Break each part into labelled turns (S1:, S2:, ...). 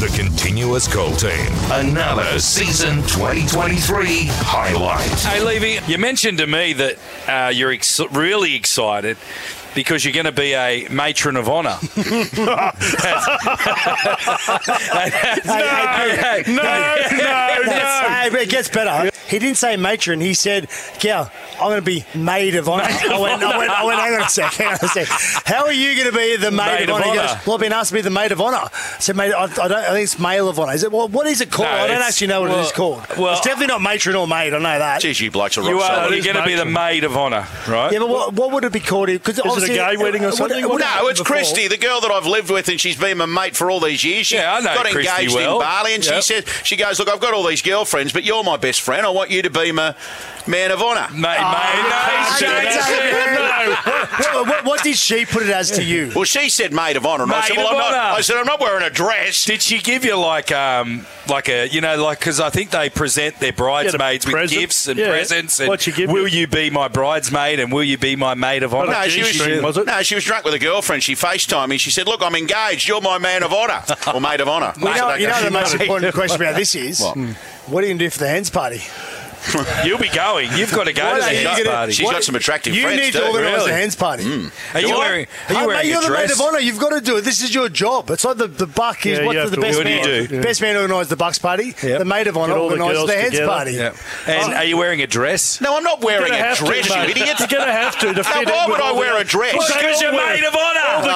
S1: The Continuous Call Team. Another season 2023 highlight.
S2: Hey, Levy, you mentioned to me that uh, you're ex- really excited because you're going to be a matron of honour.
S3: Hey,
S2: no, no,
S3: hey, but it gets better. He didn't say matron. He said, "Gal, I'm going to be maid of honour." I went, I went, I went, hang on a sec, hang on a sec. How are you going to be the maid,
S2: Maid
S3: of
S2: of
S3: honour? He
S2: honour.
S3: goes, well, I've been asked to be the maid of honour. I said, "Mate, I, I don't. I think it's male of honour." Is it? Well, what is it called?
S2: No,
S3: I don't
S2: it's-
S3: actually know what
S2: well,
S3: it is called.
S2: well-
S3: it's definitely not matron or maid. I know that.
S4: Geez, you blokes are rock
S2: You are
S4: solid.
S2: you're going to be the maid of honour, right?
S3: Yeah, but what, what would it be called? uh, Because
S5: it a gay wedding or something?
S4: No, it's Christy, the girl that I've lived with, and she's been my mate for all these years. She
S2: Yeah, I know
S4: got
S2: Christy
S4: engaged
S2: well.
S4: in Bali, and
S2: Yep.
S4: she said, "She goes, look, I've got all these girlfriends, but you're my best friend. I want you to be my man of honour."
S2: Mate, mate, no,
S3: can't do
S2: Jason,
S3: that.
S2: no.
S3: what, what, what did she put it as to you?
S4: Well, she said maid of honour, and I
S2: Maid
S4: said, "Well,
S2: of
S4: I'm not."
S2: honour.
S4: I said, "I'm not wearing a dress."
S2: Did she give you like um like a you know like because I think they present their bridesmaids with
S5: present.
S2: gifts and
S5: Yeah.
S2: presents and
S5: What'd she give you?
S2: will you be my bridesmaid and will you be my maid of honour?
S5: Not a
S4: No, she was,
S5: G-string, was it?
S4: no, she was drunk with a girlfriend. She FaceTimed me. She said, "Look, I'm engaged. You're my man of honour or maid of honour."
S3: Well, you know,
S4: I said,
S3: you know
S4: "Okay."
S3: the most important question about this is.
S4: What?
S3: What are you going to do for the hens party?
S2: You'll be going. You've got to go
S3: What
S2: to
S3: are
S2: the
S3: you
S2: yacht
S3: gonna-
S2: party.
S4: She's got some attractive
S3: you
S4: friends
S3: need to
S4: too. Mm.
S3: organise
S2: Really?
S3: the hens party.
S2: Are you wearing? Are you
S3: Hey,
S2: wearing
S3: mate,
S2: a
S3: you're
S2: dress?
S3: the maid of honour. You've got to do it. This is your job. It's like the, the buck is
S5: Yeah, you
S3: what's
S5: have
S3: the
S5: to
S3: best
S2: organise
S3: man.
S2: it, yeah.
S3: Best man organised the bucks party.
S2: Yep.
S3: The maid of honour
S5: all the
S3: organised
S5: girls
S3: the hens
S5: together.
S3: party.
S2: Yeah. Oh. And are you wearing a dress?
S4: No, I'm not wearing
S5: You're gonna
S4: a
S5: have to,
S4: dress, you
S5: mate.
S4: idiot.
S5: You're going to have to. to
S4: Now,
S5: fit
S4: why
S5: in with
S4: would I
S5: all
S4: wear
S5: the-
S4: a dress?
S5: Well, they
S2: Because
S5: all
S2: you're
S5: wear
S2: maid
S5: it.
S2: of honour.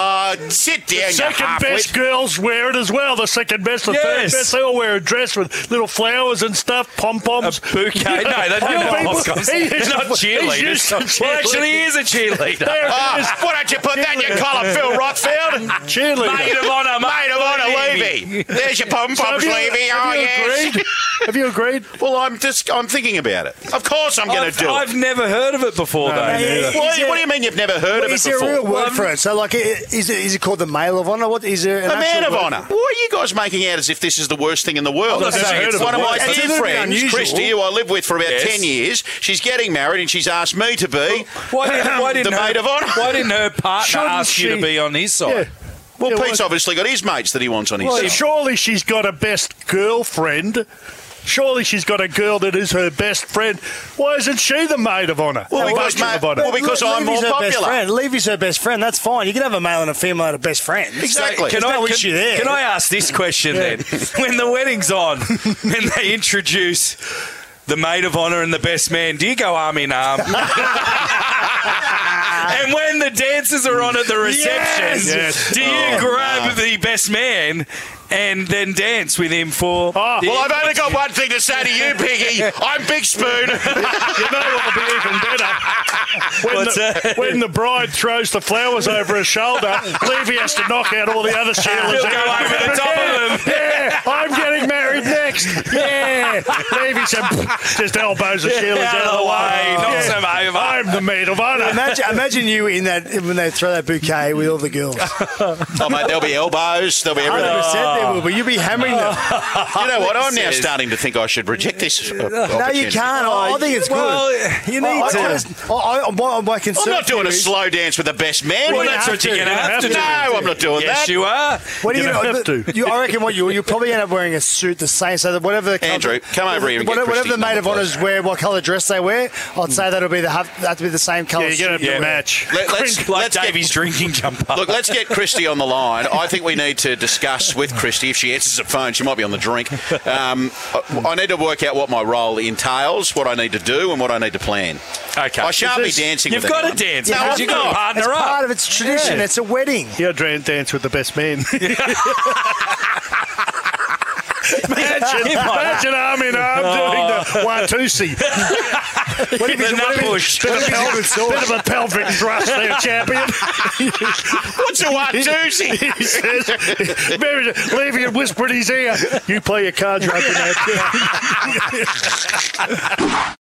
S4: Uh, sit down, you
S5: Second best
S4: halfwit.
S5: girls wear it as well. The second best, the
S2: Yes.
S5: third best. They all wear a dress with little flowers and stuff, pom
S2: A
S5: poms.
S2: bouquet? No, they don't
S5: Yeah,
S2: know
S5: people-
S2: what comes. He's not
S5: used to
S2: cheerleaders. Well, actually, he is a cheerleader.
S5: There it is.
S4: Ah, why don't you put that in your column, Phil Rothfield?
S5: Cheerleader.
S2: Maid of honour,
S4: Maid of honour,
S2: Levy.
S4: Levy. There's your pom
S5: So have
S4: poms,
S5: you-
S4: Levy. Oh
S5: have you
S4: yes.
S5: agreed? Have you agreed?
S4: Well, I'm just I'm thinking about it. Of course, I'm going
S2: I've-
S4: to do
S2: I've
S4: it.
S2: never heard of it before, though.
S3: no, yeah.
S4: Why-
S3: Is there-
S4: what do you mean you've never heard of it
S3: Is there a
S4: before?
S3: real word
S2: Um,
S3: for it? So, like, i- is it is it called the male of honour? What is there? an
S4: A man
S3: actual
S4: of
S3: word?
S4: honour. Why are you guys making out as if this is the worst thing in the world?
S5: I've never heard
S4: it's
S5: of
S4: one
S5: it.
S4: of my
S5: It's a
S4: dear
S3: little bit
S4: friends,
S3: unusual.
S4: Christy, who I lived with for about
S2: Yes.
S4: 10 years. She's getting married and she's asked me to be
S2: Why, did, why
S4: the
S2: didn't her,
S4: maid of honour.
S2: Why didn't her partner
S5: Shouldn't
S2: ask you to
S5: she-
S2: be on his side?
S4: Well,
S5: Yeah,
S4: Pete's obviously got his mates that he wants on his
S5: Well,
S4: side.
S5: surely she's got a best girlfriend. Surely she's got a girl that is her best friend. Why isn't she the maid of honour?
S4: Well,
S5: The
S4: because,
S5: matron
S4: mate,
S5: of honour?
S4: well, because I'm
S3: Levy's
S4: more
S3: her Best
S4: popular.
S3: friend. Levy's her best friend. That's fine. You can have a male and a female and a best friend.
S4: Exactly.
S3: There's no issue there.
S2: can I ask this question then? When the wedding's on, when they introduce the maid of honour and the best man, do you go arm in arm? and when the dancers are on at the reception,
S5: Yes! Yes.
S2: do you
S4: Oh,
S2: grab the best man and then dance with him for?
S5: Ah,
S2: the-
S4: Oh, Well, I've only got one thing to say to you, Piggy. I'm Big Spoon.
S5: you know what'll be even better? When,
S2: What's
S5: the,
S2: that?
S5: when the bride throws the flowers over her shoulder, Levy has to knock out all the other cheerleaders.
S2: He'll go over the top of them.
S5: Yeah, I'm getting married next. Yeah, Levy said, just elbows the cheerleaders
S2: Out of the way, knocks them over.
S5: I'm the maid of honour.
S3: Imagine, imagine you in that when they throw that bouquet with all the girls.
S4: Oh, mate, there'll be elbows. There'll be everything.
S3: 100% there will be. You'll be hammering them.
S4: You know what? I'm now
S2: Says-
S4: starting to think I should reject this. uh, No,
S3: No, you can't. I, I think it's
S2: well,
S3: good.
S2: you need
S3: I, I,
S2: to.
S3: just- I, I, my, my concern
S4: I'm not doing a
S3: here is-
S4: slow dance with the best man.
S2: well,
S4: Well,
S2: that's
S4: that's-
S2: what you're going to have to do.
S4: no, I'm not doing
S2: Yes,
S4: that.
S2: you are.
S3: What are you
S5: You're
S3: gonna,
S5: gonna have to.
S3: You, I reckon what you you probably end up wearing a suit the same. So that whatever the colour-
S4: Andrew, come over here and get
S3: whatever, whatever
S4: Christy's
S3: the maid of
S4: number, Mm.
S3: honours wear, what colour dress they wear, I'd say that'll be the have have to be the same colour.
S5: Yeah, you're going to have
S3: suit you wear.
S5: to match.
S4: Let, let's,
S2: Like
S4: let's
S2: Davey's
S4: get,
S2: drinking jumper.
S4: look, let's get Christy on the line. I think we need to discuss with Christy if she answers the phone. She might be on the drink. Um, I, I need to work out what my role entails, what I need to do, and what I need to plan.
S2: Okay.
S4: I shan't be
S5: Is this-
S4: dancing.
S2: You've
S4: with
S2: got to
S4: anyone.
S2: dance
S4: No,
S2: because
S4: I'm
S2: you've got to
S4: not.
S3: It's
S2: partner up.
S3: part of its tradition. It's a wedding.
S5: Yeah, dran- dance with the best man. imagine, imagine arm in arm
S4: Oh.
S5: doing the Watusi.
S3: What if
S2: The
S3: it's- what if
S2: nut
S3: it's-
S2: bush.
S5: Bit, of a pelvic, bit of a pelvic thrust there, champion.
S4: What's a one doozy?
S5: He says, Mary, leaving it whisper in his ear. You play your cards right in that.